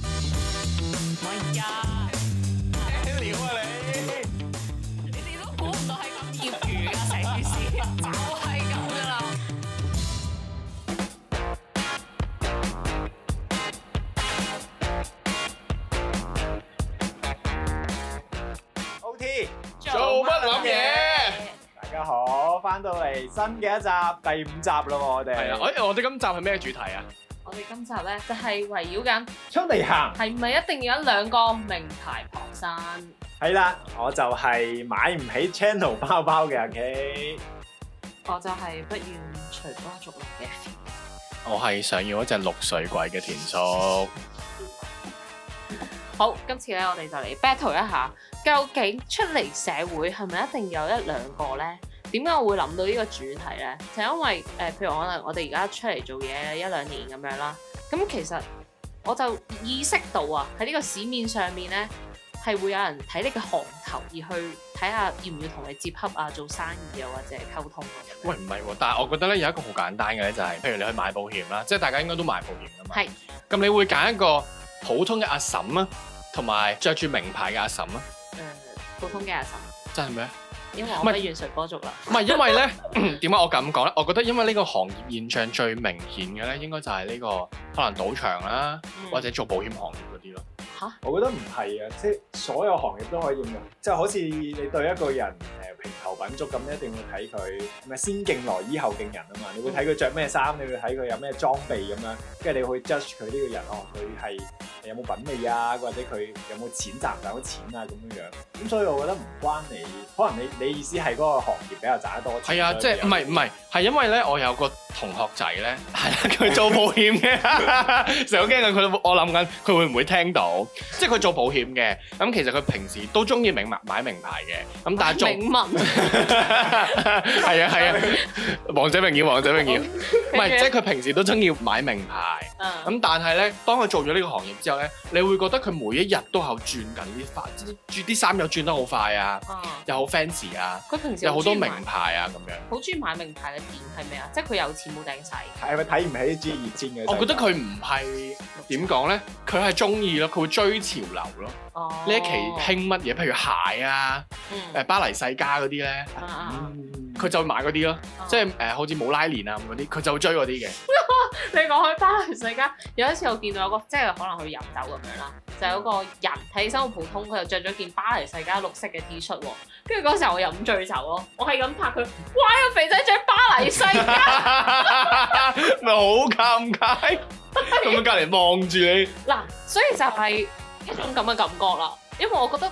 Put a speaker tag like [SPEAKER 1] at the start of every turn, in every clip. [SPEAKER 1] 哎
[SPEAKER 2] 咩料啊你？
[SPEAKER 1] 你哋都估唔到係咁業餘噶成件事，就係咁噶啦。
[SPEAKER 2] O T，
[SPEAKER 1] 做
[SPEAKER 3] 做乜諗 嘢？
[SPEAKER 2] 大家好，翻到嚟新嘅一集，第五集啦喎，我哋
[SPEAKER 3] 係啊，誒，我哋今集係咩主題啊？
[SPEAKER 1] 我哋今集咧就係圍繞緊
[SPEAKER 2] 出嚟行
[SPEAKER 1] 係咪一定要有兩個名牌傍身？
[SPEAKER 2] 係啦，我就係買唔起 Channel 包包嘅阿 K，
[SPEAKER 1] 我就係不願隨波逐流嘅。
[SPEAKER 3] 我係想要一隻綠水鬼嘅田叔。
[SPEAKER 1] 好，今次咧我哋就嚟 battle 一下，究竟出嚟社會係咪一定有一兩個呢？點解我會諗到呢個主題呢？就因為誒、呃譬如可能我哋而家出嚟做嘢一兩年咁樣啦，咁其實我就意識到啊，喺呢個市面上面呢，係會有人睇你嘅行頭而去睇下要唔要同你接洽啊、做生意啊或者係溝通啊咁樣。
[SPEAKER 3] 喂，唔係喎，但係我覺得咧有一個好簡單嘅咧，就係譬如你去買保險啦，即係大家應該都買保險噶嘛。
[SPEAKER 1] 係。
[SPEAKER 3] 咁你會揀一個普通嘅阿嬸啊，同埋着住名牌嘅阿嬸啊，
[SPEAKER 1] 誒、普通嘅阿嬸，
[SPEAKER 3] 真係咩？
[SPEAKER 1] 因為我
[SPEAKER 3] 唔
[SPEAKER 1] 不
[SPEAKER 3] 係
[SPEAKER 1] 願隨波逐流。
[SPEAKER 3] 唔係因為咧，點 解我咁講咧？我覺得因為呢個行業現象最明顯嘅咧，應該就係呢個可能賭場啦，
[SPEAKER 1] 嗯
[SPEAKER 3] 或者做保險行業嗰啲咯。
[SPEAKER 2] 我覺得唔係啊，即係所有行業都可以咁用，即係好似你對一個人誒平頭品足咁，一定會睇佢係咪先敬羅衣後敬人啊嘛，
[SPEAKER 3] 嗯
[SPEAKER 2] 你會睇佢着咩衫，你會睇佢有咩裝備咁樣，跟住你會 judge 佢呢個人哦，佢係有冇品味啊，或者佢有冇錢賺唔賺到錢啊咁樣樣。咁所以我覺得唔關你，可能你你意思係嗰個行業比較賺得多錢。
[SPEAKER 3] 係啊，即
[SPEAKER 2] 所以
[SPEAKER 3] 係
[SPEAKER 2] 比較
[SPEAKER 3] 唔係唔係，係因為咧，我有個同學仔咧，係啦，佢 做保險嘅，成日好驚啊佢，佢我諗緊佢會唔會聽到，即係佢做保險嘅，咁其實佢平時都中意名牌買名牌嘅，咁但係做
[SPEAKER 1] 明文
[SPEAKER 3] 係啊係啊，王者榮耀王者榮耀，唔
[SPEAKER 1] 唔
[SPEAKER 3] 係即係佢平時都中意買名牌，
[SPEAKER 1] 嗯
[SPEAKER 3] 咁但係咧，當佢做咗呢個行業之後咧，你會覺得佢每一日都喺度轉緊啲髮，轉啲衫又轉得好快啊，又好 fancy 啊，
[SPEAKER 1] 哦佢平時
[SPEAKER 3] 有好多
[SPEAKER 1] 專
[SPEAKER 3] 名
[SPEAKER 1] 買
[SPEAKER 3] 牌啊咁樣。
[SPEAKER 1] 好中意買名牌嘅點係咩啊？即係佢有錢冇頂使。
[SPEAKER 2] 係咪睇唔起專業先嘅？
[SPEAKER 3] 我覺得佢唔係點講咧，佢係中意咯，佢會追潮流咯。呢、
[SPEAKER 1] 哦
[SPEAKER 3] 一期興乜嘢，譬如鞋啊、誒、
[SPEAKER 1] 嗯
[SPEAKER 3] 巴黎世家嗰啲咧，
[SPEAKER 1] 啊啊
[SPEAKER 2] 嗯
[SPEAKER 3] 佢就會買嗰啲咯，
[SPEAKER 1] 啊
[SPEAKER 3] 即係誒、好似冇拉鏈啊咁嗰啲，佢就會追嗰 啲嘅。
[SPEAKER 1] 你講開巴黎世家，有一次我見到有個即係可能去飲酒咁樣啦，就有個人睇起身好普通，佢就着咗件巴黎世家綠色嘅 T 恤喎。跟住嗰時候我飲醉酒咯，我係咁拍佢，哇！呢個肥仔着巴黎世家，
[SPEAKER 3] 咪好尷尬，咁樣隔離望住你，
[SPEAKER 1] 嗱，所以就係一種咁嘅感覺啦。因為我覺得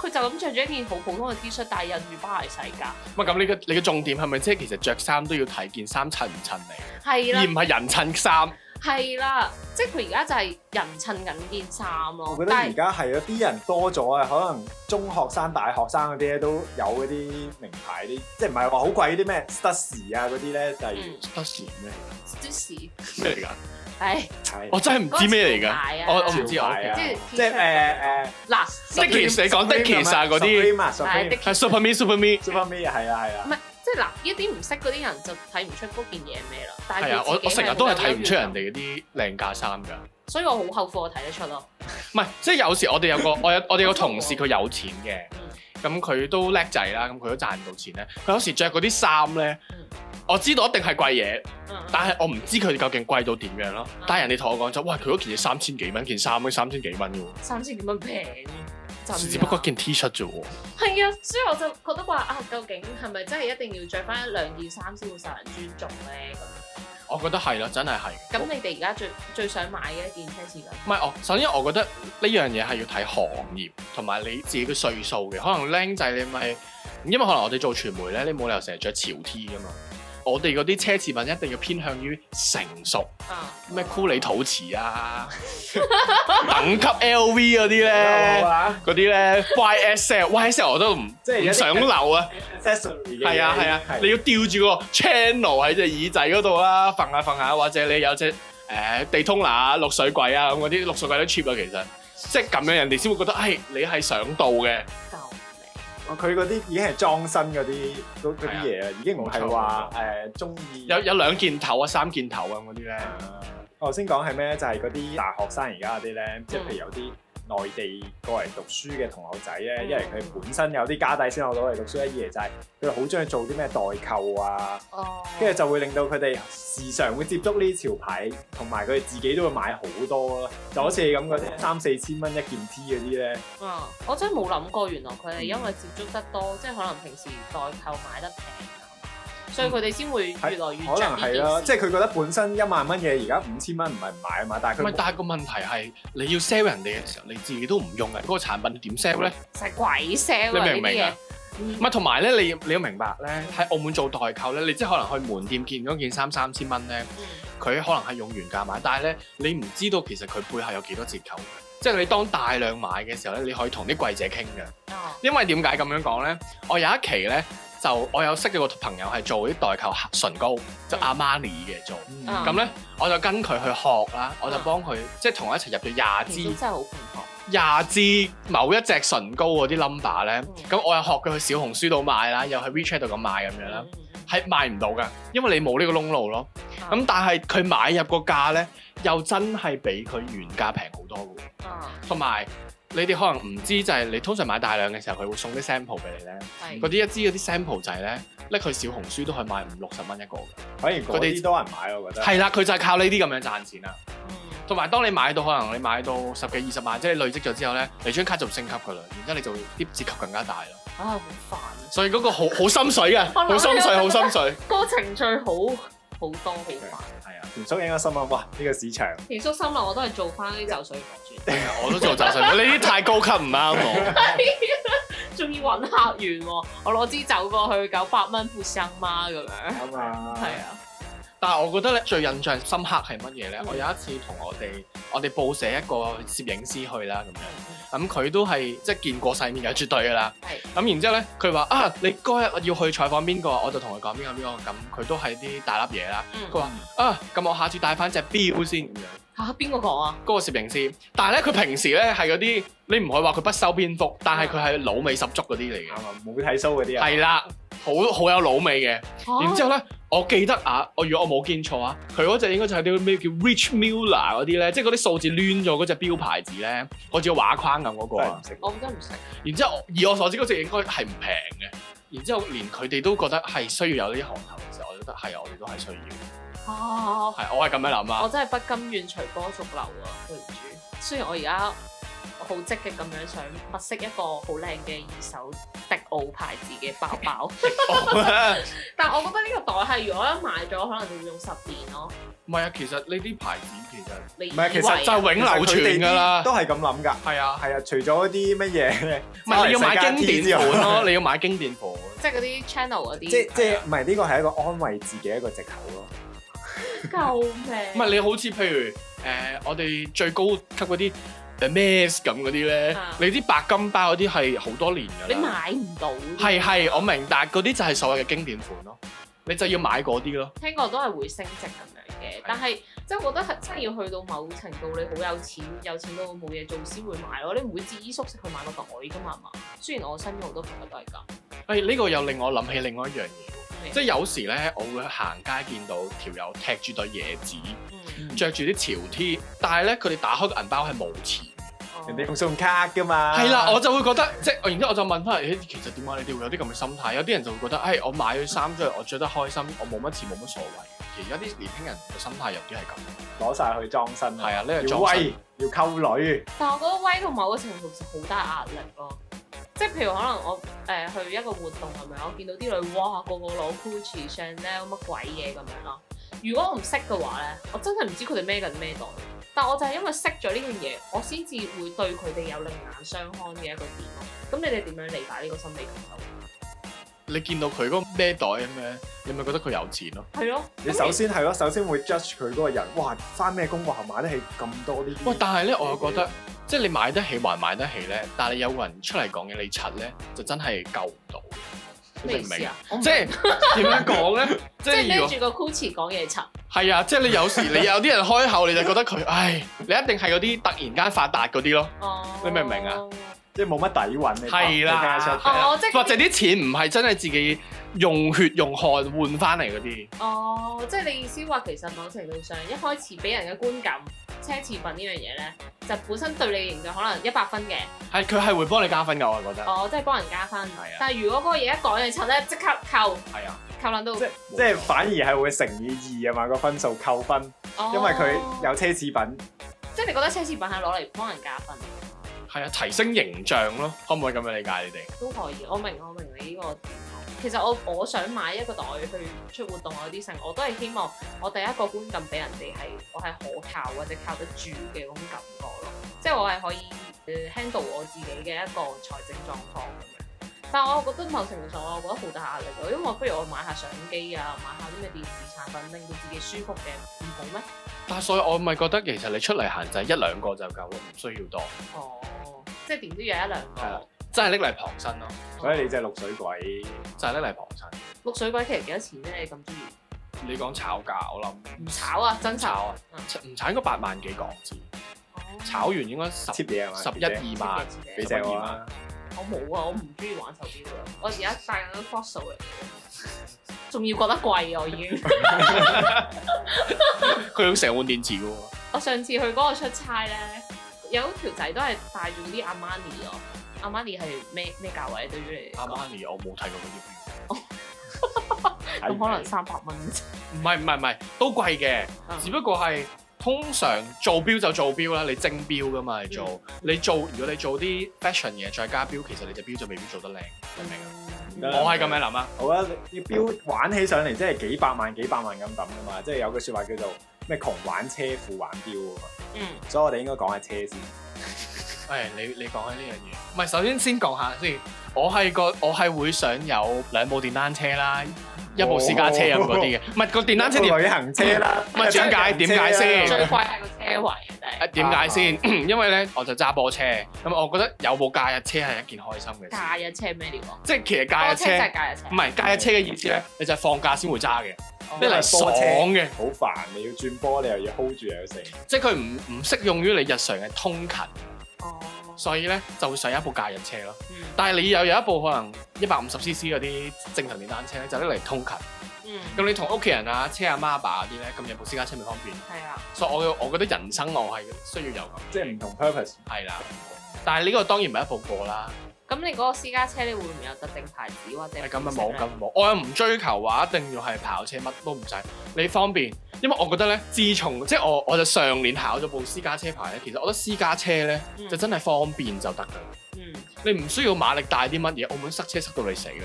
[SPEAKER 1] 佢就咁着咗一件好普通嘅 T 恤，但係印住巴黎世家，
[SPEAKER 3] 喂咁你嘅你嘅重點係咪即係其實着衫都要睇件衫襯唔襯你，
[SPEAKER 1] 係啦
[SPEAKER 3] 而唔。係人襯衫。
[SPEAKER 1] 係啦，即係佢而家就係人襯緊件衫咯
[SPEAKER 2] 我覺。得
[SPEAKER 1] 但
[SPEAKER 2] 而
[SPEAKER 1] 係
[SPEAKER 2] 家係有啲人多咗啊，可能中學生、大學生嗰啲咧都有嗰啲名牌啲，即係唔係話好貴嗰啲咩 Stussy 啊嗰啲咧，就係
[SPEAKER 1] 嗯
[SPEAKER 3] 得時咩
[SPEAKER 1] ，Stussy，
[SPEAKER 3] 咩嚟㗎？
[SPEAKER 1] 唉，
[SPEAKER 2] 係
[SPEAKER 3] 我真係唔知咩嚟
[SPEAKER 1] 嗰個潮牌
[SPEAKER 3] 㗎
[SPEAKER 1] 啊，
[SPEAKER 3] 我我唔知
[SPEAKER 2] 潮
[SPEAKER 3] 我
[SPEAKER 2] 牌啊
[SPEAKER 1] 即係啊
[SPEAKER 2] 即係誒誒
[SPEAKER 1] 嗱，
[SPEAKER 3] Dickies 你講 Dickies 啊嗰啲
[SPEAKER 2] Supreme 啊
[SPEAKER 1] 係
[SPEAKER 2] Supreme
[SPEAKER 1] 的，
[SPEAKER 3] 係 Super Me Super Me。
[SPEAKER 2] Super Me 啊係啊係啊，
[SPEAKER 1] 唔係即係嗱，呢啲唔識嗰啲人就睇唔出嗰件嘢係咩啦。但
[SPEAKER 3] 係
[SPEAKER 1] 係
[SPEAKER 3] 啊，我
[SPEAKER 1] 佢自己
[SPEAKER 3] 我成日都係
[SPEAKER 1] 係
[SPEAKER 3] 睇唔出人
[SPEAKER 1] 哋，
[SPEAKER 3] 哋嗰啲靚架衫㗎，
[SPEAKER 1] 所以我好後悔我睇得出咯。
[SPEAKER 3] 唔係即係有時我哋有個我有我哋有個同事佢有錢嘅
[SPEAKER 1] 嗯，
[SPEAKER 3] 咁佢都叻仔啦，咁佢都賺到錢咧。佢有時着嗰啲衫咧
[SPEAKER 1] 嗯，
[SPEAKER 3] 我知道一定係貴嘢，
[SPEAKER 1] 嗯
[SPEAKER 3] 但係我唔知佢究竟貴到點樣咯。但係人哋同我講就，喂佢嗰件嘢三千幾蚊，件衫都三千幾蚊嘅喎，
[SPEAKER 1] 三千幾蚊平，真㗎
[SPEAKER 3] 只不過件 T 恤啫喎。
[SPEAKER 1] 係啊，所以我就覺得話啊，究竟係咪真係一定要着翻一兩件衫先會受人尊重咧？
[SPEAKER 3] 我覺得係啦，真係係。
[SPEAKER 1] 咁咁你哋而家最最想買嘅一件奢侈品？
[SPEAKER 3] 唔係我，首先我覺得呢樣嘢係要睇行業同埋你自己嘅歲數嘅。可能僆仔你咪，因為可能我哋做傳媒咧，你冇理由成日着潮 T 噶嘛。我哋嗰啲奢侈品一定要偏向於成熟，
[SPEAKER 1] 啊，
[SPEAKER 3] 咩酷里土瓷 啊，等級 LV 嗰啲
[SPEAKER 2] 好
[SPEAKER 3] 咧，
[SPEAKER 2] 啊，
[SPEAKER 3] 嗰啲咧 YSL，YSL 我都唔
[SPEAKER 2] 即係
[SPEAKER 3] 唔
[SPEAKER 2] 有啲
[SPEAKER 3] 想留啊。
[SPEAKER 2] accessory 嘅嘢
[SPEAKER 3] 係啊係啊，你要吊住個 channel 喺隻耳仔嗰度啦，揈下揈下，或者你有隻誒、呃地通拿、綠水鬼啊咁嗰啲，綠水鬼都 cheap 啊，其實即係咁樣人哋先會覺得，唉、你係上道嘅，
[SPEAKER 1] 救命！
[SPEAKER 2] 哦佢嗰啲已經係裝身嗰啲
[SPEAKER 3] 係啊
[SPEAKER 2] 嗰嗰啲嘢啊，已經唔係話誒中意
[SPEAKER 3] 有有兩件頭啊、三件頭啊咁嗰啲咧，
[SPEAKER 2] 我頭先講係咩咧？就係嗰啲大學生而家嗰啲咧，即係譬如有啲唔內地過嚟讀書嘅同學仔咧，一嚟佢本身有啲家底先有到嚟讀書，一嚟就係佢哋好中意做啲咩代購啊，
[SPEAKER 1] 哦，
[SPEAKER 2] 跟住就會令到佢哋時常會接觸呢啲潮牌，同埋佢哋自己都會買好多啦。就好似你咁嗰啲三四千蚊一件 T 嗰啲咧，
[SPEAKER 1] 啊，我真係冇諗過，原來佢哋因為接觸得多，即係可能平時代購買得平啊，所以佢哋先會越來越着
[SPEAKER 2] 可能
[SPEAKER 1] 呢件
[SPEAKER 2] 係
[SPEAKER 1] 事
[SPEAKER 2] 啦，即係佢覺得本身一萬蚊嘢，而家五千蚊唔係唔買啊嘛，但係
[SPEAKER 3] 唔
[SPEAKER 2] 佢
[SPEAKER 3] 係，但係個問題係你要 sell 人哋嘅時候，你自己都唔用啊嘅，嗰、個產品點 sell 咧？
[SPEAKER 1] 實鬼 sell 啊
[SPEAKER 3] 你明
[SPEAKER 1] 呢
[SPEAKER 3] 唔
[SPEAKER 1] 啲
[SPEAKER 3] 明
[SPEAKER 1] 嘢
[SPEAKER 3] 啊，唔係，同埋咧，你要你要明白咧，喺澳門做代購咧，你即係可能去門店見嗰件衫三千蚊咧，
[SPEAKER 1] 嗯
[SPEAKER 3] 佢可能係用原價買，但係咧你唔知道其實佢背後有幾多折扣嘅。即係你當大量買嘅時候咧，你可以同啲櫃姐傾嘅。
[SPEAKER 1] 嗯啊
[SPEAKER 3] 因為點解咁樣講咧？我有一期咧就我有識咗個朋友係做啲代購唇膏，就
[SPEAKER 1] 嗯
[SPEAKER 3] 阿瑪尼嘅做。
[SPEAKER 2] 嗯
[SPEAKER 1] 啊
[SPEAKER 3] 咁咧，我就跟佢去學啦，我就
[SPEAKER 1] 嗯
[SPEAKER 3] 幫佢即係同我一齊入咗
[SPEAKER 1] 哦
[SPEAKER 3] 廿
[SPEAKER 1] 其實
[SPEAKER 3] 支
[SPEAKER 1] 都真係好平衡。
[SPEAKER 3] 廿支某一隻唇膏嗰啲 number 咧，咁我又學佢去小紅書度買啦，又喺 WeChat 度咁買咁樣啦，係賣唔到㗎，因為你冇呢個窿路咯。咁但係佢買入個價咧，又真係比佢原價平好多㗎喎。
[SPEAKER 1] 啊，
[SPEAKER 3] 同埋你哋可能唔知就係你通常買大量嘅時候，佢會送啲 sample 俾你咧，
[SPEAKER 1] 嗯啊係
[SPEAKER 3] 嗰啲一支嗰啲 sample 仔咧，拎去小紅書都可以賣五六十蚊一個㗎。
[SPEAKER 2] 反而嗰
[SPEAKER 3] 佢哋
[SPEAKER 2] 啲多人買，我覺得。
[SPEAKER 3] 係啦，佢就係靠呢啲咁樣賺錢啦。
[SPEAKER 1] 嗯
[SPEAKER 3] 同埋當你買到可能你買到十幾二十萬，即係你累積咗之後咧，你張卡就升級噶啦，然之後你就會啲折扣更加大咯。
[SPEAKER 1] 啊，好煩啊。
[SPEAKER 3] 所以嗰個好好心水嘅，
[SPEAKER 1] 我諗
[SPEAKER 3] 好心水，好心 水。
[SPEAKER 1] 個程序好好多好煩。
[SPEAKER 2] 係啊，田叔應該心諗，哇！呢個市場
[SPEAKER 1] 田叔心諗我都係做翻啲酒水房住，
[SPEAKER 3] 我都做集水，你啲太高級唔啱我。
[SPEAKER 1] 仲要揾客源喎。我攞支酒過去九百蚊付生媽咁樣。
[SPEAKER 2] 啊嘛，
[SPEAKER 1] 係啊，
[SPEAKER 3] 但係我覺得咧最印象深刻係乜嘢
[SPEAKER 1] 嗯
[SPEAKER 3] 咧？我有一次同我哋我哋報社一個攝影師去啦咁樣，咁佢都係即係見過世面嘅，絕對噶啦。
[SPEAKER 1] 嗯係
[SPEAKER 3] 咁然之後咧，佢話啊，你嗰日要去採訪邊個，我就同佢講邊個邊個，咁佢都係啲大粒嘢啦。佢
[SPEAKER 1] 嗯
[SPEAKER 3] 話啊，咁我下次帶翻隻錶先咁樣。
[SPEAKER 1] 嚇邊個講啊？
[SPEAKER 3] 嗰個攝影師，但係咧佢平時咧係嗰啲你唔可以話佢不修邊幅，但係佢係老味十足嗰啲嚟
[SPEAKER 2] 啱
[SPEAKER 3] 嘅，
[SPEAKER 2] 啊，冇睇 show 嗰啲啊，
[SPEAKER 3] 係啦，好好有老味嘅。然之
[SPEAKER 1] 後
[SPEAKER 3] 後咧，我記得啊，我如果我冇見錯啊，佢嗰隻應該就係啲咩叫 Rich Miller 嗰啲咧，即係嗰啲數字攣咗嗰隻標牌子咧，好似個畫框咁嗰個
[SPEAKER 2] 真係
[SPEAKER 3] 啊
[SPEAKER 2] 唔。識。
[SPEAKER 1] 我真係唔識。
[SPEAKER 3] 然之後以我所知嗰隻應該係唔平嘅，然之後連佢哋都覺得係需要有呢啲行頭嘅時候，我覺得係啊，我哋都係需要，
[SPEAKER 1] 啊！
[SPEAKER 3] 係我係咁樣諗
[SPEAKER 1] 我
[SPEAKER 3] 啊。
[SPEAKER 1] 真係不甘願隨波逐流啊！對唔住，雖然我而家好積極咁樣想物色一個好靚嘅二手迪奧牌子嘅包 包，但我覺得呢個袋係如果一買咗，可能要用十年咯。
[SPEAKER 3] 唔係啊，其實呢啲牌子其實
[SPEAKER 1] 你以
[SPEAKER 2] 唔係其實
[SPEAKER 1] 為
[SPEAKER 3] 就係
[SPEAKER 1] 啊
[SPEAKER 3] 永流傳㗎啦。
[SPEAKER 2] 都係咁諗㗎。
[SPEAKER 3] 係啊，
[SPEAKER 2] 係啊，除咗啲 乜嘢，
[SPEAKER 3] 唔係你要買經典款 咯，你要買經典款。
[SPEAKER 1] 即係嗰啲 channel 嗰
[SPEAKER 2] 即
[SPEAKER 1] 啲，
[SPEAKER 2] 即係唔係呢個係一個安慰自己一個藉口咯。
[SPEAKER 1] 救命！
[SPEAKER 3] 唔係你好似譬如誒、我哋最高級嗰啲 The Mess 咁嗰啲咧
[SPEAKER 1] 啊，
[SPEAKER 3] 你啲白金包嗰啲係好多年㗎啦。
[SPEAKER 1] 你買唔到，
[SPEAKER 3] 係係，我明，但係嗰啲就係所謂嘅經典款咯，你就要買嗰啲咯。
[SPEAKER 1] 聽過都係會升值咁樣嘅
[SPEAKER 3] 係，
[SPEAKER 1] 但係即係我覺得係真係要去到某程度，你好有錢，有錢到冇嘢做先會買咯。你唔會自衣縮食去買個袋㗎嘛係嘛？雖然我身邊好多朋友都係咁，
[SPEAKER 3] 誒、呢、個又令我諗起另外一樣嘢喎，即係有時咧，我會行街見到條友踢住對椰子，
[SPEAKER 1] 嗯，
[SPEAKER 3] 着住啲潮 T，但係咧佢哋打開個銀包係冇錢嘅。
[SPEAKER 1] 哦
[SPEAKER 2] 人哋用信用卡㗎嘛。
[SPEAKER 3] 係啦，我就會覺得即係，我然之後我就問翻，誒其實點解你哋會有啲咁嘅心態？有啲人就會覺得，誒我買咗衫之後，我着得開心，我冇乜錢冇乜所謂。其實而家啲年輕人嘅心態有啲係咁，
[SPEAKER 2] 攞晒去裝身
[SPEAKER 3] 係啊，呢個
[SPEAKER 2] 要
[SPEAKER 3] 裝
[SPEAKER 2] 威
[SPEAKER 3] 身，
[SPEAKER 2] 要溝女，
[SPEAKER 1] 但係我覺得威到某個程度其實好大壓力咯。即係譬如可能我誒、呃去一個活動咁樣，我見到啲女哇個個攞 Gucci、Chanel 乜鬼嘢咁樣啦。如果我唔識嘅話咧，我真係唔知佢哋孭緊咩袋。但我就係因為識咗呢樣嘢，我先至會對佢哋有另眼相看嘅一個點咯。咁你哋點樣理解呢個心理感受？
[SPEAKER 3] 你見到佢嗰個孭袋咁樣，你咪覺得佢有錢咯？
[SPEAKER 1] 係咯，
[SPEAKER 2] 你首先係咯，首先會 judge 佢嗰個人，哇，翻咩工學校買得起咁多呢
[SPEAKER 3] 喂，
[SPEAKER 2] 啲？
[SPEAKER 3] 但係咧，我又覺得即係你買得起還買得起咧，但係有個人出嚟講嘢你柒咧，就真係救唔到。你
[SPEAKER 1] 咩
[SPEAKER 3] 明唔
[SPEAKER 1] 意思
[SPEAKER 3] 明
[SPEAKER 1] 啊
[SPEAKER 3] 啊？？即係點樣講 咧？即
[SPEAKER 1] 即係
[SPEAKER 3] 係如果
[SPEAKER 1] 孭住個 Gucci 講嘢柒，
[SPEAKER 3] 係啊，即係你有時你有啲人開口，你就覺得佢，唉，你一定係嗰啲突然間發達嗰啲咯。
[SPEAKER 1] 哦，
[SPEAKER 3] 你明唔明啊？
[SPEAKER 2] 即即係冇乜底韻，你
[SPEAKER 3] 係啦
[SPEAKER 2] 你聽得出
[SPEAKER 3] 係啦啊
[SPEAKER 1] 哦，即係
[SPEAKER 3] 或者啲錢唔係真係自己用血用汗換翻嚟嗰啲，
[SPEAKER 1] 哦，即係你意思話其實某程度上一開始俾人嘅觀感，奢侈品呢樣嘢咧，就本身對你形象可能一百分嘅，
[SPEAKER 3] 係佢係會幫你加分㗎，我覺得。
[SPEAKER 1] 哦，即係幫人加分
[SPEAKER 3] 啊。
[SPEAKER 1] 但係如果嗰個嘢一講你襯咧，即刻扣
[SPEAKER 3] 係啊，
[SPEAKER 1] 扣撚到，
[SPEAKER 2] 即係即係反而係會乘以二啊嘛個分數扣分，
[SPEAKER 1] 哦
[SPEAKER 2] 因為佢有奢侈品。
[SPEAKER 1] 即係你覺得奢侈品係攞嚟幫人加分
[SPEAKER 3] 係啊，提升形象咯，可唔可以咁樣理解你哋？
[SPEAKER 1] 都可以。我明我明你呢個點講。其實我我想買一個袋去出活動啊嗰啲剩，我都係希望我第一個觀感俾人哋係我係可靠或者靠得住嘅嗰種感覺咯。即係我係可以誒 handle 我自己嘅一個財政狀況咁樣。但係我覺得某程度上，我覺得好大壓力喎，因為我不如我買下相機啊，買下啲咩電子產品，令到自己舒服嘅，唔好咩？
[SPEAKER 3] 但係所以我咪覺得其實你出嚟行就係一兩個就夠咯，唔需要多，
[SPEAKER 1] 哦，即係點都有一兩
[SPEAKER 3] 係啦
[SPEAKER 1] 個。哦
[SPEAKER 3] 真係拎嚟傍身咯，
[SPEAKER 2] 所以你真係綠水鬼，
[SPEAKER 3] 就係拎嚟傍身。
[SPEAKER 1] 綠水鬼其實幾多錢咧？你咁中意？
[SPEAKER 3] 你講炒價，我諗
[SPEAKER 1] 唔炒啊，真炒哦
[SPEAKER 3] 炒啊，唔炒應該八萬幾港紙，炒完應該十
[SPEAKER 2] 貼嘢係嘛？
[SPEAKER 3] 十
[SPEAKER 2] 貼嘢
[SPEAKER 3] 一二萬，
[SPEAKER 2] 俾
[SPEAKER 1] 俾
[SPEAKER 2] 隻我啊！
[SPEAKER 1] 我冇啊，我唔中意玩手錶啊，我而家戴緊 fossil 嚟嘅，仲要覺得貴啊！我已經，
[SPEAKER 3] 佢要成換電池嘅喎，
[SPEAKER 1] 我上次去嗰個出差咧，有條仔都係戴住啲 Armani 咯，Armani 係咩咩價位啊對於你
[SPEAKER 3] 阿
[SPEAKER 1] 嚟講？
[SPEAKER 3] 瑪尼我冇睇過嗰啲表。
[SPEAKER 2] 睇
[SPEAKER 1] 咁
[SPEAKER 2] 唔
[SPEAKER 1] 可
[SPEAKER 2] 睇
[SPEAKER 1] 能三百蚊啫。
[SPEAKER 3] 唔係唔係唔係，都貴嘅，
[SPEAKER 1] 嗯
[SPEAKER 3] 只不過係通常做標就做標啦，你精標噶嘛，你做、
[SPEAKER 1] 嗯
[SPEAKER 3] 你做，如果你做啲 fashion 嘢再加標，其實你隻標就未必做得靚，
[SPEAKER 1] 嗯
[SPEAKER 3] 明唔明啊？
[SPEAKER 2] 得啦
[SPEAKER 3] 我係咁樣諗啊，
[SPEAKER 2] 我覺得啲標玩起上嚟真係幾百萬幾百萬咁抌噶嘛，即係有句説話叫做咩窮玩車富玩錶啊嘛，
[SPEAKER 1] 嗯，
[SPEAKER 2] 所以我哋應該講下車先。
[SPEAKER 3] 誒、你你講緊呢樣嘢，唔係首先先講下先，我係個我係會想有兩部電單車啦，一部私家車啊咁嗰啲嘅，唔係個電單車點
[SPEAKER 2] 旅行車啦，
[SPEAKER 3] 唔係點解點解先
[SPEAKER 1] 最貴係個車位
[SPEAKER 3] 誒
[SPEAKER 1] 啊，真係
[SPEAKER 3] 點解先？因為咧我就揸波車，咁我覺得有部假日車係一件開心嘅事，
[SPEAKER 1] 假日車咩料啊？
[SPEAKER 3] 即係其實假日
[SPEAKER 1] 多
[SPEAKER 3] 車
[SPEAKER 1] 真係假日車
[SPEAKER 3] 唔，係假日車嘅意思咧，你就係放假先會揸嘅。
[SPEAKER 1] 哦
[SPEAKER 3] 一嚟爽嘅，
[SPEAKER 2] 好煩，你要轉波，你又要 hold 住又要成。
[SPEAKER 3] 即係佢唔唔適用於你日常嘅通勤，嗯
[SPEAKER 1] 哦，
[SPEAKER 3] 所以咧就會上一部假日車咯。
[SPEAKER 1] 嗯
[SPEAKER 3] 但係你又有一部可能一百五十 CC 嗰啲正常電單車咧，就拎嚟通勤。
[SPEAKER 1] 嗯，
[SPEAKER 3] 咁你同屋企人啊、車阿媽阿爸嗰啲咧，咁有部私家車咪方便。
[SPEAKER 1] 係啊，
[SPEAKER 3] 所以我我覺得人生我係需要有咁，
[SPEAKER 2] 即係唔同 purpose。
[SPEAKER 3] 係啦。但係呢個當然唔係一步過啦，
[SPEAKER 1] 咁你嗰個私家車你會唔會有特定牌子或者？
[SPEAKER 3] 係咁啊冇，咁啊冇。我又唔追求話一定要係跑車，乜都唔使，你方便。因為我覺得咧，自從即係我我就上年考咗部私家車牌咧，其實我覺得私家車咧
[SPEAKER 1] 嗯
[SPEAKER 3] 就真係方便就得㗎啦。
[SPEAKER 1] 嗯，
[SPEAKER 3] 你唔需要馬力大啲乜嘢，澳門塞車塞到你死嘅。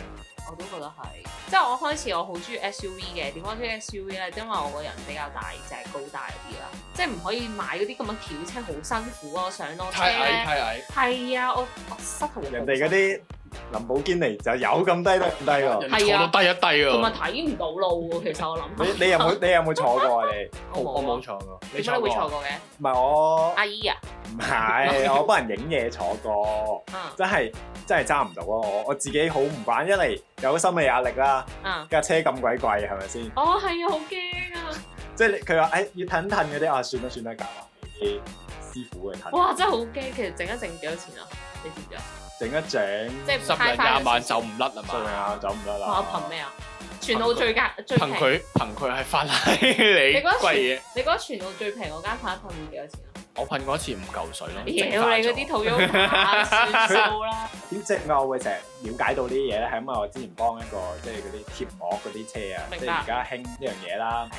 [SPEAKER 1] 我都覺得係。即係我開始我好中意 SUV 嘅，點解中意 SUV 咧？因為我個人比較大隻、高大啲啦，即係唔可以買嗰啲咁嘅轎車，好辛苦啊！我上落車咧，
[SPEAKER 3] 太矮，
[SPEAKER 1] 係啊，我我膝頭
[SPEAKER 2] 人哋嗰啲林寶堅尼就有咁低得咁低 喎。
[SPEAKER 3] 人哋坐到低一低
[SPEAKER 1] 啊同埋
[SPEAKER 3] 啊！
[SPEAKER 1] 睇唔到路喎。其實我諗
[SPEAKER 2] 你你有冇你有冇坐過啊？你
[SPEAKER 3] 我我冇
[SPEAKER 1] 啊，
[SPEAKER 3] 坐過，你
[SPEAKER 1] 點解
[SPEAKER 3] 坐
[SPEAKER 1] 你會
[SPEAKER 3] 過
[SPEAKER 1] 錯？過嘅？
[SPEAKER 2] 唔係我
[SPEAKER 1] 阿姨啊，
[SPEAKER 2] 唔係我幫人影嘢坐過，
[SPEAKER 1] 嗯
[SPEAKER 2] 真係真係揸唔到啊！我我自己好唔慣，一嚟有心理壓力啦，
[SPEAKER 1] 嗯，
[SPEAKER 2] 架車咁鬼貴係咪先？
[SPEAKER 1] 哦係啊，好驚啊！
[SPEAKER 2] 即係你佢話誒要騰騰嗰啲啊，算啦算啦，搞啊俾啲師傅去騰，
[SPEAKER 1] 哇，真係好驚。其實整一整幾多錢啊？你知唔知啊？
[SPEAKER 2] 整一整
[SPEAKER 1] 即係
[SPEAKER 3] 十零廿萬就唔甩啊
[SPEAKER 2] 算
[SPEAKER 3] 嘛！
[SPEAKER 2] 啦，走唔得
[SPEAKER 1] 哇
[SPEAKER 2] 啦。
[SPEAKER 1] 憑咩啊？全澳最價最
[SPEAKER 3] 憑
[SPEAKER 1] 平。
[SPEAKER 3] 佢憑佢係法拉利
[SPEAKER 1] 你嗰
[SPEAKER 3] 貴嘢，
[SPEAKER 1] 你覺得全澳最平嗰間飯噴幾多錢啊？
[SPEAKER 3] 我噴過一次唔夠水咯，
[SPEAKER 1] 屌你
[SPEAKER 3] 淨化咗
[SPEAKER 1] 嗰啲土優 卡算數啦！
[SPEAKER 2] 點即係點解我會成日了解到呢啲嘢咧？係因為我之前幫一個即係嗰啲貼膜嗰啲車啊，
[SPEAKER 1] 明白
[SPEAKER 2] 即係而家興呢樣嘢啦，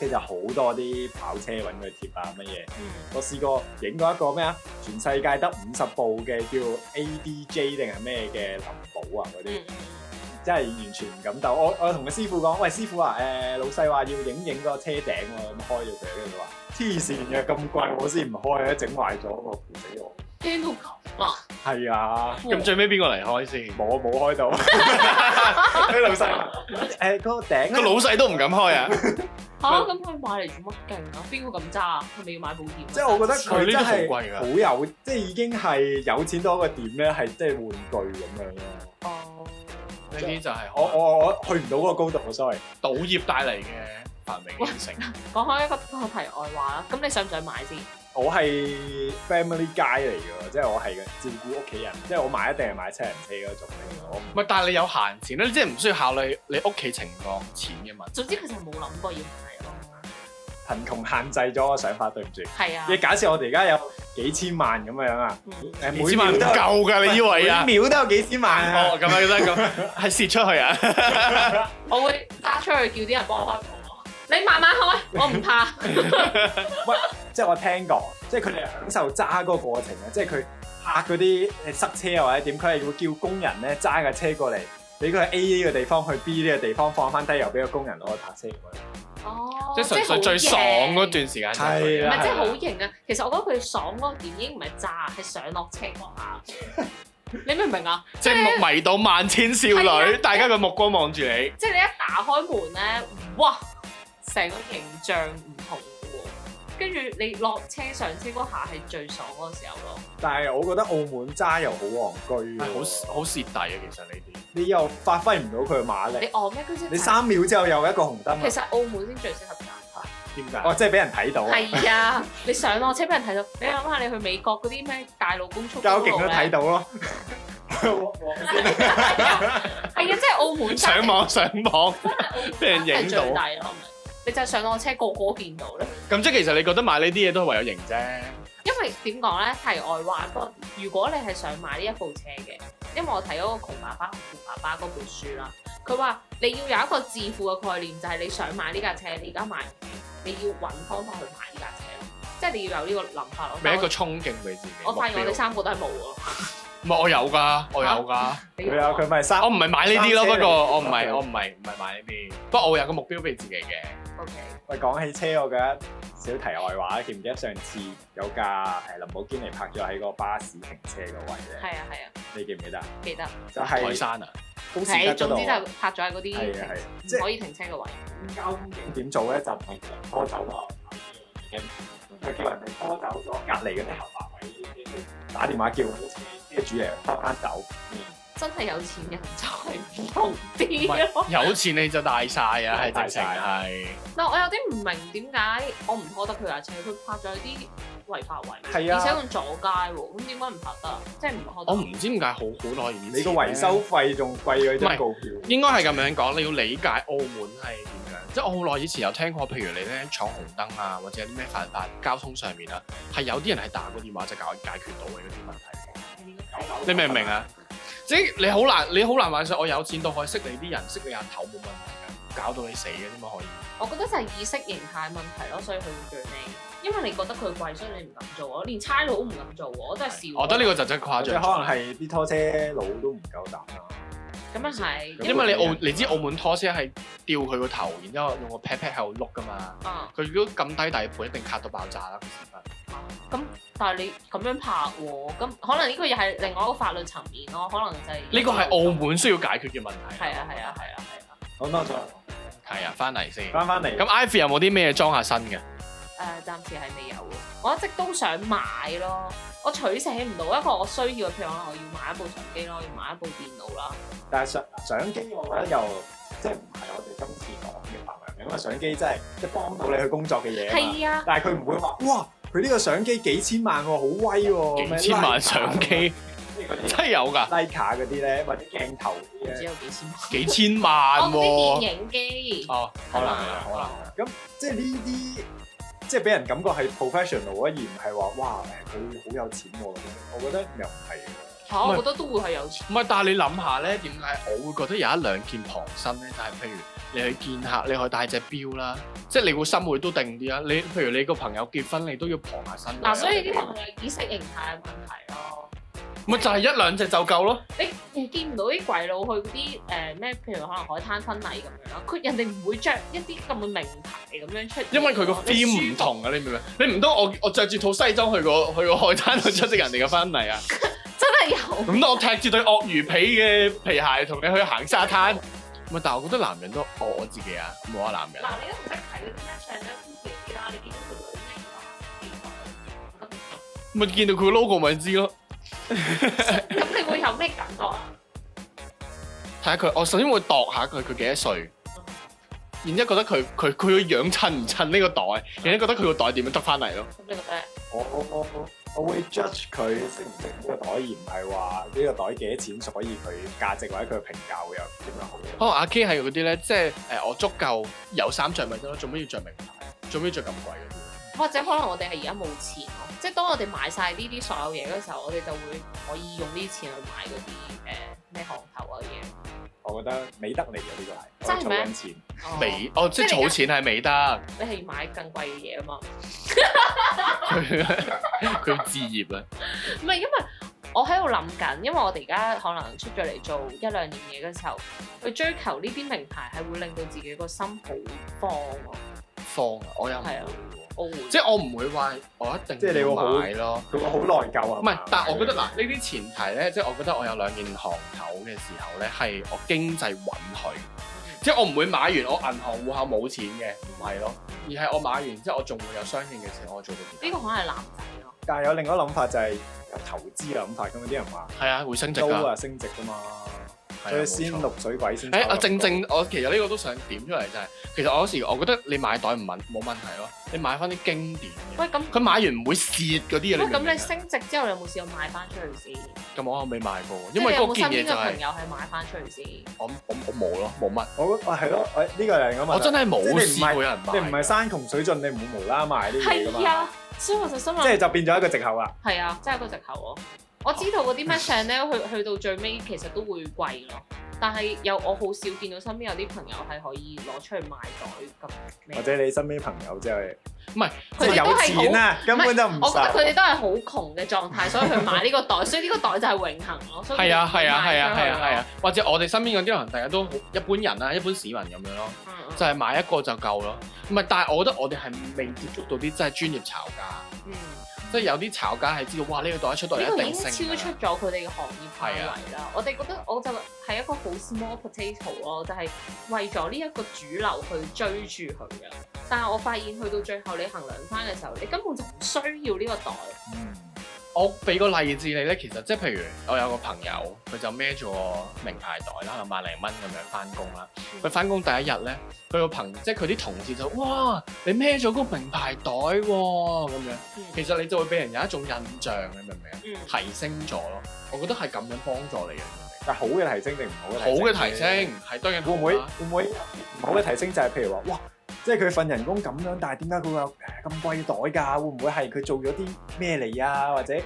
[SPEAKER 2] 跟住就好多啲跑車揾佢貼啊乜嘢。
[SPEAKER 1] 嗯，
[SPEAKER 2] 我試過影過一個咩啊，全世界得五十部嘅叫 ADJ 定係咩嘅林寶啊嗰啲
[SPEAKER 1] 嗯，
[SPEAKER 2] 真係完全唔敢鬥。我我同個師傅講：喂，師傅啊，誒、老細話要影影個車頂喎、咁開咗佢，跟住佢話黐線嘅，咁貴我先唔開啊，整壞咗我，扶死我。
[SPEAKER 1] 聽到 咁啊！
[SPEAKER 2] 係啊。
[SPEAKER 3] 咁最尾邊個嚟開先？
[SPEAKER 2] 冇冇開 到，啲老細誒嗰個頂
[SPEAKER 3] 個老細都唔敢開啊！
[SPEAKER 1] 嚇咁佢買嚟做乜勁啊？邊個咁渣啊？佢咪要買保險啊？
[SPEAKER 2] 即係我覺得佢真
[SPEAKER 3] 佢呢啲好貴
[SPEAKER 2] 係
[SPEAKER 3] 㗎
[SPEAKER 2] 好有，即係已經係有錢到一個點咧，係即係玩具咁樣咯。
[SPEAKER 1] 哦，
[SPEAKER 3] 呢啲就係
[SPEAKER 2] 我
[SPEAKER 3] 我
[SPEAKER 2] 我我去唔到嗰個高度啊，sorry。
[SPEAKER 3] 賭業帶嚟嘅繁榮形成。
[SPEAKER 1] 講開一個一個題外話啦，咁你想唔想買先？
[SPEAKER 2] 我係 family guy 嚟嘅，即係我係照顧屋企人，即係我買一定係買七人車嗰種嚟嘅。我唔
[SPEAKER 3] 唔係，但係你有閒錢啊咧，你即係唔需要考慮你屋企情況錢嘅問題。
[SPEAKER 1] 總之佢就冇諗過要買咯。
[SPEAKER 2] 貧窮限制咗我想法，對唔住。
[SPEAKER 1] 係啊
[SPEAKER 2] 你，假設我哋而家有幾千萬咁樣啊，
[SPEAKER 1] 嗯
[SPEAKER 2] 誒
[SPEAKER 3] 你知嘛唔
[SPEAKER 2] 每秒都有
[SPEAKER 3] 夠㗎，你以為啊？
[SPEAKER 2] 每秒都有幾千萬啊
[SPEAKER 3] 哦，！咁樣咁樣咁，係蝕出去啊！
[SPEAKER 1] 我會揸出去叫啲人幫我開門咯。你慢慢 開，我唔怕。
[SPEAKER 2] 即係我聽過，即係佢哋享受揸嗰個過程啊！即係佢拍嗰啲誒塞車啊或者點，佢係會叫工人咧揸架車過嚟，俾佢喺 A 呢個地方去 B 呢個地方放翻低，又俾個工人攞去泊車咁樣。
[SPEAKER 1] 哦，
[SPEAKER 3] 即係純粹最爽嗰段時間就係佢
[SPEAKER 1] 唔
[SPEAKER 2] 係
[SPEAKER 3] 啊。
[SPEAKER 2] 啦
[SPEAKER 1] 係真係好型啊！其實我覺得佢爽嗰個點已經唔係炸，係上落車嗰 下。你明唔明啊？
[SPEAKER 3] 即係迷到萬千少
[SPEAKER 1] 係
[SPEAKER 3] 女
[SPEAKER 1] 啊，
[SPEAKER 3] 大家嘅目光望住你。
[SPEAKER 1] 即係你一打開門咧，哇！成個形象唔同嘅喎。跟住你落車上車嗰下係最爽嗰個時候咯。
[SPEAKER 2] 但係我覺得澳門揸又好戇居
[SPEAKER 3] 係
[SPEAKER 2] 喎，
[SPEAKER 3] 好好蝕底啊！其實呢啲。
[SPEAKER 2] 你又發揮唔到佢嘅馬
[SPEAKER 1] 你
[SPEAKER 2] 力，
[SPEAKER 1] 按咩居先？
[SPEAKER 2] 你三秒之後又一個紅燈啊
[SPEAKER 1] 其實澳門先最適合揸。
[SPEAKER 2] 點解？哦，即係俾人睇到啊，
[SPEAKER 1] 係啊，你上落車俾人睇到。你諗下，你去美國嗰啲咩大路高速公
[SPEAKER 2] 交
[SPEAKER 1] 路
[SPEAKER 2] 警都睇
[SPEAKER 1] 咧，
[SPEAKER 2] 到咯。
[SPEAKER 1] 係啊，即係澳門揸
[SPEAKER 3] 上網 上網，俾人
[SPEAKER 1] 係
[SPEAKER 3] 影
[SPEAKER 1] 最
[SPEAKER 3] 到。
[SPEAKER 1] 大咯，你就上落車個個見到啦。
[SPEAKER 3] 咁即係其實你覺得買呢啲嘢都係為咗型啫。
[SPEAKER 1] 因為點講咧，題外話多。如果你係想買呢一部車嘅，因為我睇嗰個窮爸爸同富爸爸嗰本書啦，佢話你要有一個致富嘅概念，就係、你想買呢架車，你而家買唔起，你要揾方法去買呢架車咯，即係你要有呢個諗法咯。
[SPEAKER 3] 俾一個衝勁俾自己。
[SPEAKER 1] 我發現我
[SPEAKER 3] 目
[SPEAKER 1] 哋
[SPEAKER 3] 標
[SPEAKER 1] 三個都係冇喎。
[SPEAKER 3] 唔係我有㗎，我有㗎。
[SPEAKER 1] 你
[SPEAKER 2] 佢啊，佢咪三
[SPEAKER 3] 我唔係買呢啲咯，
[SPEAKER 2] 三車嚟
[SPEAKER 3] 不過我唔
[SPEAKER 2] 嘅
[SPEAKER 3] 係我唔係唔係買呢啲。不過我有個目標俾自己嘅。
[SPEAKER 1] O K，
[SPEAKER 2] 喂，講起車，我覺得小題外話，記唔記得上次有架誒林寶堅尼泊咗喺個巴士停車個位咧？
[SPEAKER 1] 係啊係啊，
[SPEAKER 2] 你記唔記得啊？
[SPEAKER 1] 記得。
[SPEAKER 2] 就
[SPEAKER 3] 台
[SPEAKER 2] 係
[SPEAKER 3] 山啊，
[SPEAKER 2] 高士
[SPEAKER 1] 係，
[SPEAKER 2] 德嗰
[SPEAKER 1] 總
[SPEAKER 2] 度
[SPEAKER 1] 之
[SPEAKER 2] 啊，
[SPEAKER 1] 就拍咗喺嗰
[SPEAKER 2] 係啊係啊
[SPEAKER 1] 啲
[SPEAKER 2] 即
[SPEAKER 1] 停
[SPEAKER 2] 係
[SPEAKER 1] 唔可以停車嘅位。
[SPEAKER 2] 交通警點做咧？就唔係
[SPEAKER 3] 呃
[SPEAKER 2] 拖走啊，就叫人哋拖走咗隔離嗰啲合法位嘅車，打電話叫車主嚟翻翻走。
[SPEAKER 1] 真係有錢人就係唔同啲咯。
[SPEAKER 3] 有錢你就大晒啊， 係直情
[SPEAKER 2] 大晒
[SPEAKER 3] 係。
[SPEAKER 1] 嗱，我有啲唔明點解我唔拖得佢架車，佢泊咗喺啲違法位，
[SPEAKER 2] 係啊
[SPEAKER 1] 而且仲阻街喎，咁點解唔泊得？即係唔拖得。
[SPEAKER 3] 我唔知點解好好耐以前。
[SPEAKER 2] 你個維修費仲貴過張告票。
[SPEAKER 3] 應該係咁樣講，你要理解澳門係點樣。即係我好耐以前有聽過，譬如你咧闖紅燈啊，或者有啲咩犯法交通上面啊，係有啲人係打個電話就解解決到嘅嗰啲問題。你明唔明 啊？即係你好難，你好難幻想我有錢到可以識你啲人，識你阿頭冇問題㗎，搞到你死嘅啫嘛可以。
[SPEAKER 1] 我覺得就係意識形態問題咯，所以佢會叫你，因為你覺得佢貴，所以你唔敢做我連差佬都唔敢做喎，我真係笑。
[SPEAKER 3] 哦我覺得呢個就真係誇
[SPEAKER 2] 啊或者可
[SPEAKER 3] 張。
[SPEAKER 2] 能係啲拖車佬都唔夠膽啦。
[SPEAKER 1] 個咁啊係，因
[SPEAKER 3] 因
[SPEAKER 1] 為
[SPEAKER 3] 為你澳，你知澳門拖車係吊佢個頭，然之後用個 pat pat 喺度碌㗎嘛。
[SPEAKER 1] 啊，
[SPEAKER 3] 佢如果咁低底盤，一定卡到爆炸啦！
[SPEAKER 1] 咁但係你咁樣拍喎，咁可能呢個又係另外一個法律層面咯，可能就係
[SPEAKER 3] 呢個係澳。門需要解決嘅問題。
[SPEAKER 1] 係啊係啊係啊係啊。
[SPEAKER 2] 好多謝，
[SPEAKER 3] 係啊，翻嚟先。
[SPEAKER 2] 翻翻嚟
[SPEAKER 3] 咁 Ivy 有冇啲咩裝下身嘅？
[SPEAKER 1] 誒、呃暫時係未有喎，我一直都想買咯，我取捨唔到一個我需要嘅，譬如可能我要買一部相機咯，我要買一部電腦啦，
[SPEAKER 2] 但係相相機，我覺得又即係唔係我哋今次講嘅範圍，因為相機真係即係幫到你去工作嘅嘢啊嘛。
[SPEAKER 1] 係啊，
[SPEAKER 2] 但係佢唔會話哇，佢呢個相機幾千萬喎，好威喎，
[SPEAKER 3] 幾千萬相機
[SPEAKER 2] 咩 Leica
[SPEAKER 3] 真係有㗎，
[SPEAKER 2] Leica 嗰啲咧，或者鏡頭嗰
[SPEAKER 1] 唔
[SPEAKER 2] 啲
[SPEAKER 1] 知
[SPEAKER 2] 咧，
[SPEAKER 1] 有幾錢買。
[SPEAKER 3] 幾千
[SPEAKER 1] 我
[SPEAKER 3] 萬
[SPEAKER 1] 嗰啲
[SPEAKER 3] 喎。
[SPEAKER 1] 電影機，
[SPEAKER 3] 哦，可能係啦，可能。
[SPEAKER 2] 咁即係呢啲。即係俾人感覺係 professional 啊，而唔係話哇誒佢好有錢喎咁樣，我覺得又唔係嘅。
[SPEAKER 1] 嚇我覺得都會係有錢。
[SPEAKER 3] 唔係，但係你諗下咧，點解我會覺得有一兩件傍身咧？就係譬如你去見客，你可以戴隻錶啦，即係你個心會都定啲啊。你譬如你個朋友結婚，你都要傍下身㗎。
[SPEAKER 1] 嗱、所以呢個係意識形態嘅問題咯。
[SPEAKER 3] 咪就係一兩隻就夠咯。
[SPEAKER 1] 你見唔到啲鬼佬去嗰啲誒咩，譬如可能海灘婚禮咁樣啦，佢人哋唔會着一啲咁嘅名牌咁樣出現咯，
[SPEAKER 3] 因為佢個
[SPEAKER 1] 你
[SPEAKER 3] feel 唔
[SPEAKER 1] 舒服
[SPEAKER 3] 同啊，你明唔明？你唔通我我著住套西裝去個去個海灘去出席人哋嘅婚禮啊？
[SPEAKER 1] 真係有。
[SPEAKER 3] 咁我踢住對鱷魚皮嘅皮鞋同你去行沙灘。咪但係我覺得男人都我我自己啊，冇話男人。
[SPEAKER 1] 嗱，你都唔識睇嗰啲咩上咗啲嘢啦，你見到佢女咩話
[SPEAKER 3] 咪見到佢個 logo 咪知咯。
[SPEAKER 1] 咁你會有咩感覺啊？
[SPEAKER 3] 睇下佢，我首先會度下佢佢幾多歲，然之後覺得佢佢佢個樣襯唔襯呢個袋，然之後覺得佢個袋點樣得翻嚟咯。
[SPEAKER 1] 咁你覺得？
[SPEAKER 2] 我我我我我會 judge 佢值唔值呢個袋，而唔係話呢個袋幾多錢，所以佢價值或者佢嘅評價會有點樣好嘅。
[SPEAKER 3] 可能哦阿 K 係嗰啲咧，即係誒、我足夠有衫着咪得咯，做咩要着名牌？做咩要着咁貴嗰啲？
[SPEAKER 1] 或者可能我哋係而家冇錢咯，即係當我哋買晒呢啲所有嘢嗰時候，我哋就會可以用呢啲錢去買嗰啲誒咩行頭啊 嘢。
[SPEAKER 2] 我覺得美德嚟嘅呢個係，
[SPEAKER 1] 真係咩
[SPEAKER 2] 我儲緊錢。
[SPEAKER 1] 哦
[SPEAKER 3] 美哦，即係
[SPEAKER 1] 即係你
[SPEAKER 3] 儲
[SPEAKER 1] 而
[SPEAKER 3] 錢係美德，
[SPEAKER 1] 你係買更貴嘅嘢啊嘛？
[SPEAKER 3] 佢佢置業啊，
[SPEAKER 1] 唔係因為我喺度諗緊，因為我哋而家可能出咗嚟做一兩年嘢嘅時候，去追求呢啲名牌係會令到自己個心好慌咯。
[SPEAKER 3] 放啊我又唔
[SPEAKER 1] 係啊
[SPEAKER 3] 會喎
[SPEAKER 1] 我會
[SPEAKER 3] 即係我唔會話我一定
[SPEAKER 2] 即係你會好
[SPEAKER 3] 要買咯。
[SPEAKER 2] 佢好內疚啊！
[SPEAKER 3] 唔係，但係我覺得嗱，呢啲前提咧，即係我覺得我有兩件行頭嘅時候咧，係我經濟允許，即係我唔會買完我銀行户口冇錢嘅，唔係咯，而係我買完之後我仲會有相應嘅錢，我做到
[SPEAKER 1] 呢個可能係男仔咯，
[SPEAKER 2] 但係有另一個諗法就係有投資嘅諗法咁嘛，啲人話
[SPEAKER 3] 個係啊，會升值
[SPEAKER 2] 租
[SPEAKER 3] 㗎，
[SPEAKER 2] 啊升值㗎嘛，
[SPEAKER 3] 係啊
[SPEAKER 2] 所以先。
[SPEAKER 3] 冇錯
[SPEAKER 2] 綠水鬼先。
[SPEAKER 3] 誒，我正正我其實呢個都想點出嚟就係，其實我有時我覺得你買袋唔問冇問題咯，你買翻啲經典嘅，
[SPEAKER 1] 喂咁
[SPEAKER 3] 佢買完唔啊會蝕嗰啲嘢。你
[SPEAKER 1] 喂
[SPEAKER 3] 明唔明
[SPEAKER 1] 咁
[SPEAKER 3] 啊
[SPEAKER 1] 你升值之後，你有冇試過賣翻出去先？
[SPEAKER 3] 咁我未買過，
[SPEAKER 1] 即
[SPEAKER 3] 因
[SPEAKER 1] 係
[SPEAKER 3] 為
[SPEAKER 1] 你有
[SPEAKER 3] 嗰
[SPEAKER 1] 冇
[SPEAKER 3] 件
[SPEAKER 1] 身
[SPEAKER 3] 嘢
[SPEAKER 1] 邊
[SPEAKER 3] 就
[SPEAKER 1] 嘅朋
[SPEAKER 3] 係
[SPEAKER 1] 友係賣翻出去先？
[SPEAKER 3] 我我我冇咯，冇乜，
[SPEAKER 2] 我我係咯，我呢個係咁
[SPEAKER 3] 我真係冇
[SPEAKER 2] 即係你唔
[SPEAKER 3] 試過
[SPEAKER 2] 係
[SPEAKER 3] 有人買
[SPEAKER 2] 你唔係山窮水盡，你唔會無啦啦買呢啲嘢㗎
[SPEAKER 1] 係
[SPEAKER 2] 嘛
[SPEAKER 1] 啊，，所以我就心
[SPEAKER 2] 即
[SPEAKER 1] 諗
[SPEAKER 2] 係就變咗一個藉口啦。
[SPEAKER 1] 係啊，真係個藉口咯。我知道嗰
[SPEAKER 3] 嗯
[SPEAKER 1] 啲咩 Chanel 去去到最尾其實都會貴咯，但係有我好少見到身邊有啲朋友係可以攞出去賣袋咁咩。
[SPEAKER 2] 或者你身邊朋友即係
[SPEAKER 3] 唔係
[SPEAKER 2] 即係
[SPEAKER 1] 佢哋都
[SPEAKER 2] 有
[SPEAKER 1] 係好
[SPEAKER 2] 錢啊，根本就唔
[SPEAKER 1] 我覺得佢
[SPEAKER 2] 使。
[SPEAKER 1] 哋都係好窮嘅狀態，所以去買呢個袋，所以呢個袋就係永恆咯。所以
[SPEAKER 3] 係啊係啊係啊係啊係
[SPEAKER 1] 係
[SPEAKER 3] 啊，或者我哋身邊嗰啲人，大家都好一般人啊啦，一般市民咁樣咯，
[SPEAKER 1] 啊
[SPEAKER 3] 就係買一個就夠咯。唔係，但係我覺得我哋係未接觸到啲真係專業炒價，
[SPEAKER 1] 嗯，
[SPEAKER 3] 即係有啲炒價係知道，哇呢個袋一出到
[SPEAKER 1] 呢
[SPEAKER 3] 一
[SPEAKER 1] 個已
[SPEAKER 3] 定
[SPEAKER 1] 經
[SPEAKER 3] 升
[SPEAKER 1] 超出
[SPEAKER 3] 㗎啦。
[SPEAKER 1] 咗佢哋嘅行業範
[SPEAKER 3] 係啊
[SPEAKER 1] 圍啦。我哋覺得我就係一個好 small potato 咯，就係為咗呢一個主流去追住佢嘅。但係我發現去到最後你衡量翻嘅時候，你根本就唔需要呢個袋。
[SPEAKER 2] 嗯
[SPEAKER 3] 我俾個例子你咧，其實即係譬如我有個朋友，佢就孭住個名牌袋啦，萬零蚊咁樣翻工啦。佢翻工第一日咧，佢個朋即係佢啲同事就哇，你孭咗個名牌袋喎咁樣。
[SPEAKER 1] 嗯
[SPEAKER 3] 其實你就會俾人有一種印象，你明唔明啊？
[SPEAKER 1] 嗯
[SPEAKER 3] 提升咗咯，我覺得係咁樣幫助你嘅。
[SPEAKER 2] 但係好嘅提升定唔好嘅？
[SPEAKER 3] 好嘅提升係當然
[SPEAKER 2] 會唔會
[SPEAKER 3] 啦
[SPEAKER 2] 會唔會唔好嘅提升就係譬如話，哇，即係佢份人工咁樣，但係點解佢會有誒咁貴袋㗎？會唔會係佢做咗啲咩嚟啊？或者係
[SPEAKER 1] 誒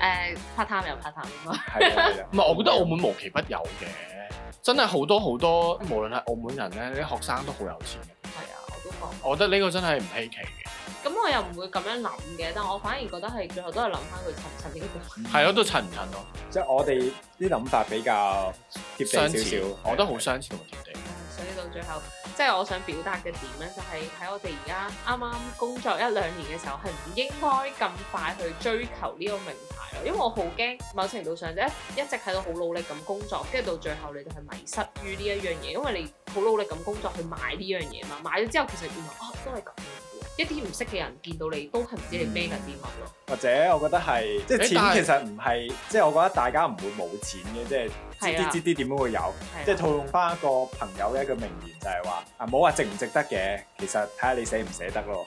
[SPEAKER 1] part time 又 part time 應該。
[SPEAKER 2] 啊係啊
[SPEAKER 3] 唔係，我覺得澳門無奇不有嘅，真係好多好多，無論係澳門人咧，啲學生都好有錢嘅。
[SPEAKER 1] 係啊，我都覺。
[SPEAKER 3] 我覺得呢個真係唔稀奇嘅，
[SPEAKER 1] 咁我又唔會咁樣諗嘅，但我反而覺得係最後都係諗翻佢陳陳點
[SPEAKER 3] 係咯，都襯唔襯咯，
[SPEAKER 2] 即係我哋啲諗法比較貼地少
[SPEAKER 3] 相
[SPEAKER 2] 少
[SPEAKER 3] 似，，我覺得好相似同貼地。
[SPEAKER 1] 啊所以到最後，即係我想表達嘅點咧，就係喺我哋而家啱啱工作一兩年嘅時候，係唔應該咁快去追求呢個名牌咯，因為我好驚某程度上即係一直喺度好努力咁工作，跟住到最後你就係迷失於呢一樣嘢，因為你好努力咁工作去買呢樣嘢嘛，買咗之後其實原來哦都係咁樣嘅喎，一啲唔識嘅人見到你都係唔知你孭緊啲乜咯。
[SPEAKER 2] 或者我覺得係即
[SPEAKER 3] 誒但
[SPEAKER 2] 係
[SPEAKER 3] 係
[SPEAKER 2] 錢其實唔係，即係我覺得大家唔會冇錢嘅，即係
[SPEAKER 1] 係啊
[SPEAKER 2] 知啲知啲點樣會有。
[SPEAKER 1] 係啊
[SPEAKER 2] 即係套用翻一個朋友嘅一個名言就係話：啊，冇話值唔值得嘅，其實睇下你捨唔捨得咯。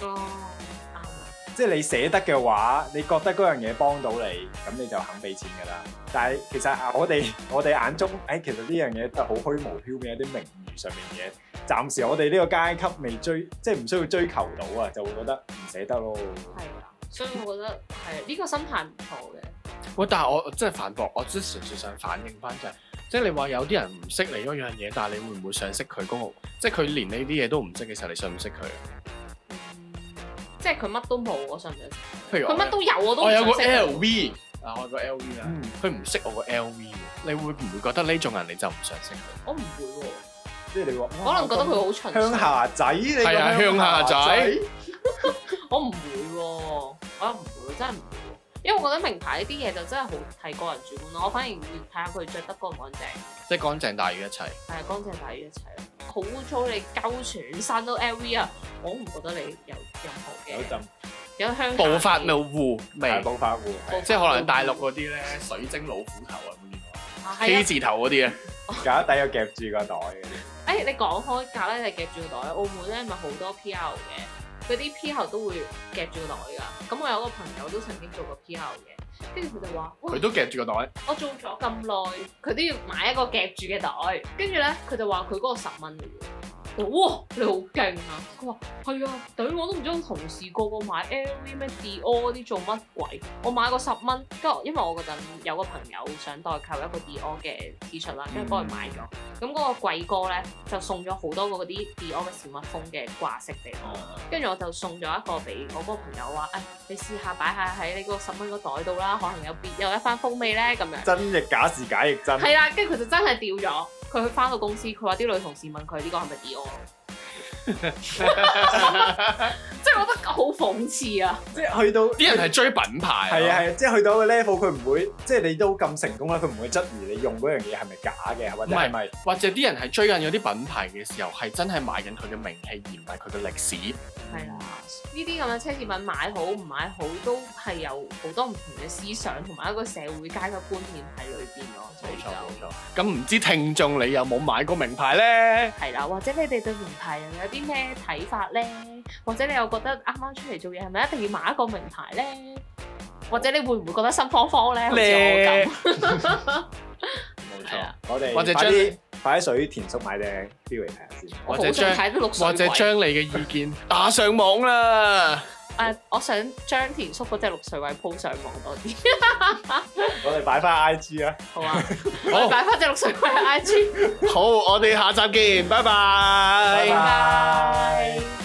[SPEAKER 1] 哦啱啊。
[SPEAKER 2] 即係你捨得嘅話，你覺得嗰樣嘢幫到你，咁你就肯俾錢㗎啦。但係其實啊，我哋 我哋眼中，誒、哎其實呢樣嘢都係好虛無縹緲一啲名譽上面嘅嘢。暫時我哋呢個階級未追，即係唔需要追求到啊，就會覺得唔捨得咯。
[SPEAKER 1] 係啊，所以我覺得係呢個心態唔錯嘅。
[SPEAKER 3] 喂，但係我真係反駁，我即係純粹想反映翻就係、即係你話有啲人唔識你嗰樣嘢，但係你會唔會想識佢嗰個？即係佢連呢啲嘢都唔識嘅時候，你信唔識佢？
[SPEAKER 1] 即係佢乜都冇，我信唔信？
[SPEAKER 3] 譬如
[SPEAKER 1] 佢
[SPEAKER 3] 我
[SPEAKER 1] 乜都有，我都唔
[SPEAKER 3] 我有個
[SPEAKER 1] 信識佢
[SPEAKER 3] LV 啊，我有個 LV 啊，
[SPEAKER 2] 嗯，
[SPEAKER 3] 佢唔識我個 LV，你會唔會覺得呢種人你就唔想識佢？
[SPEAKER 1] 我唔會喎，
[SPEAKER 2] 即係你話，
[SPEAKER 1] 可
[SPEAKER 2] 哇
[SPEAKER 1] 能覺得佢好蠢。
[SPEAKER 2] 鄉下仔，你個
[SPEAKER 3] 係啊鄉下仔
[SPEAKER 1] 我唔會喎，我又唔會，真係唔會喎。因為我覺得名牌呢啲嘢就真係好睇個人主觀咯，我反而會睇下佢着得乾唔乾淨，
[SPEAKER 3] 即係乾淨大於一切。
[SPEAKER 1] 但係乾啊淨大於一切咯。好污糟，你鳩全身都 LV 啊！我唔覺得你有任何
[SPEAKER 2] 有
[SPEAKER 1] 嘅
[SPEAKER 2] 陣
[SPEAKER 1] 有鄉下
[SPEAKER 3] 步伐
[SPEAKER 1] 味
[SPEAKER 3] 模糊
[SPEAKER 2] 大
[SPEAKER 3] 味，
[SPEAKER 2] 暴發戶，
[SPEAKER 1] 哦
[SPEAKER 2] 係
[SPEAKER 3] 即係可能大陸嗰啲咧水晶老虎頭啊，有冇見過
[SPEAKER 1] 啊係啊
[SPEAKER 3] K 字頭嗰啲啊，
[SPEAKER 2] 有一底又夾住個袋嘅。
[SPEAKER 1] 誒、誒，你講開咖喱係夾住個袋，澳門咧咪好多 PR 嘅，嗰啲 PR 都會夾住個袋㗎。咁我有個朋友都曾經做過 PR 嘅，跟住佢就話：，
[SPEAKER 3] 佢
[SPEAKER 1] 喂，
[SPEAKER 3] 都夾住個袋，
[SPEAKER 1] 我做咗咁耐，佢都要買一個夾住嘅袋。跟住咧，佢就話佢嗰個十蚊嚟嘅。我哇！你好勁啊！佢話係啊，對我都唔知我同事個個買 LV 咩 Dior 嗰啲做乜鬼，我買個十蚊，跟住我因為我嗰陣有個朋友想代購一個 Dior 嘅 T 恤啦，跟住幫佢買咗。咁嗰個貴哥咧就送咗好多嗰啲 Dior 嘅小蜜蜂嘅掛飾俾我，跟住我就送咗一個俾我嗰個朋友話：，誒、哎你試下擺下喺你嗰個十蚊個袋度啦，可能有別有一番風味咧咁樣。
[SPEAKER 2] 真亦假，是假亦
[SPEAKER 3] 嗯
[SPEAKER 2] 真。
[SPEAKER 1] 係啦，跟住佢就真係掉咗。佢翻到公司，佢話啲女同事問佢呢個係咪 Dior，即係我覺得好諷刺啊！
[SPEAKER 2] 即係去到
[SPEAKER 3] 啲人係追品牌。
[SPEAKER 2] 係啊係啊，即係去到一個 level，佢唔會即係你都咁成功啦，佢唔會質疑你用嗰樣嘢係咪假嘅，或者係咪
[SPEAKER 3] 或者啲人係追緊有啲品牌嘅時候，係真係買緊佢嘅名氣，而唔係佢嘅歷史。啊
[SPEAKER 1] 係啦，呢啲咁嘅奢侈品買好唔買好都係有好多唔同嘅思想同埋一個社會階級觀念喺裏邊咯，所
[SPEAKER 3] 冇
[SPEAKER 1] 以
[SPEAKER 3] 錯冇
[SPEAKER 1] 就
[SPEAKER 3] 錯。咁唔知聽眾你有冇買過名牌咧？
[SPEAKER 1] 係啦，或者你哋對名牌又有啲咩睇法咧？或者你又覺得啱啱出嚟做嘢係咪一定要買一個名牌咧？或者你會唔會覺得心慌慌咧？好似我咁，
[SPEAKER 3] 冇
[SPEAKER 1] 係啊
[SPEAKER 3] 錯。
[SPEAKER 2] 我哋
[SPEAKER 3] 或者
[SPEAKER 2] 快
[SPEAKER 3] 將
[SPEAKER 2] 啲快啲水田叔買隻錶嚟睇下先。
[SPEAKER 1] 我
[SPEAKER 3] 或
[SPEAKER 1] 好
[SPEAKER 3] 者
[SPEAKER 1] 想
[SPEAKER 3] 將
[SPEAKER 1] 睇啲綠水
[SPEAKER 3] 或者
[SPEAKER 1] 鬼
[SPEAKER 3] 將你嘅意見 打上網啦。
[SPEAKER 1] 誒、啊我想將田叔嗰只綠水位鋪上網多啲，
[SPEAKER 2] 我哋擺翻 IG 啊，
[SPEAKER 1] 好啊！
[SPEAKER 3] 好
[SPEAKER 1] 我擺翻只綠水位喺 IG，
[SPEAKER 3] 好，我哋下集見，拜拜
[SPEAKER 2] 拜
[SPEAKER 1] 拜拜。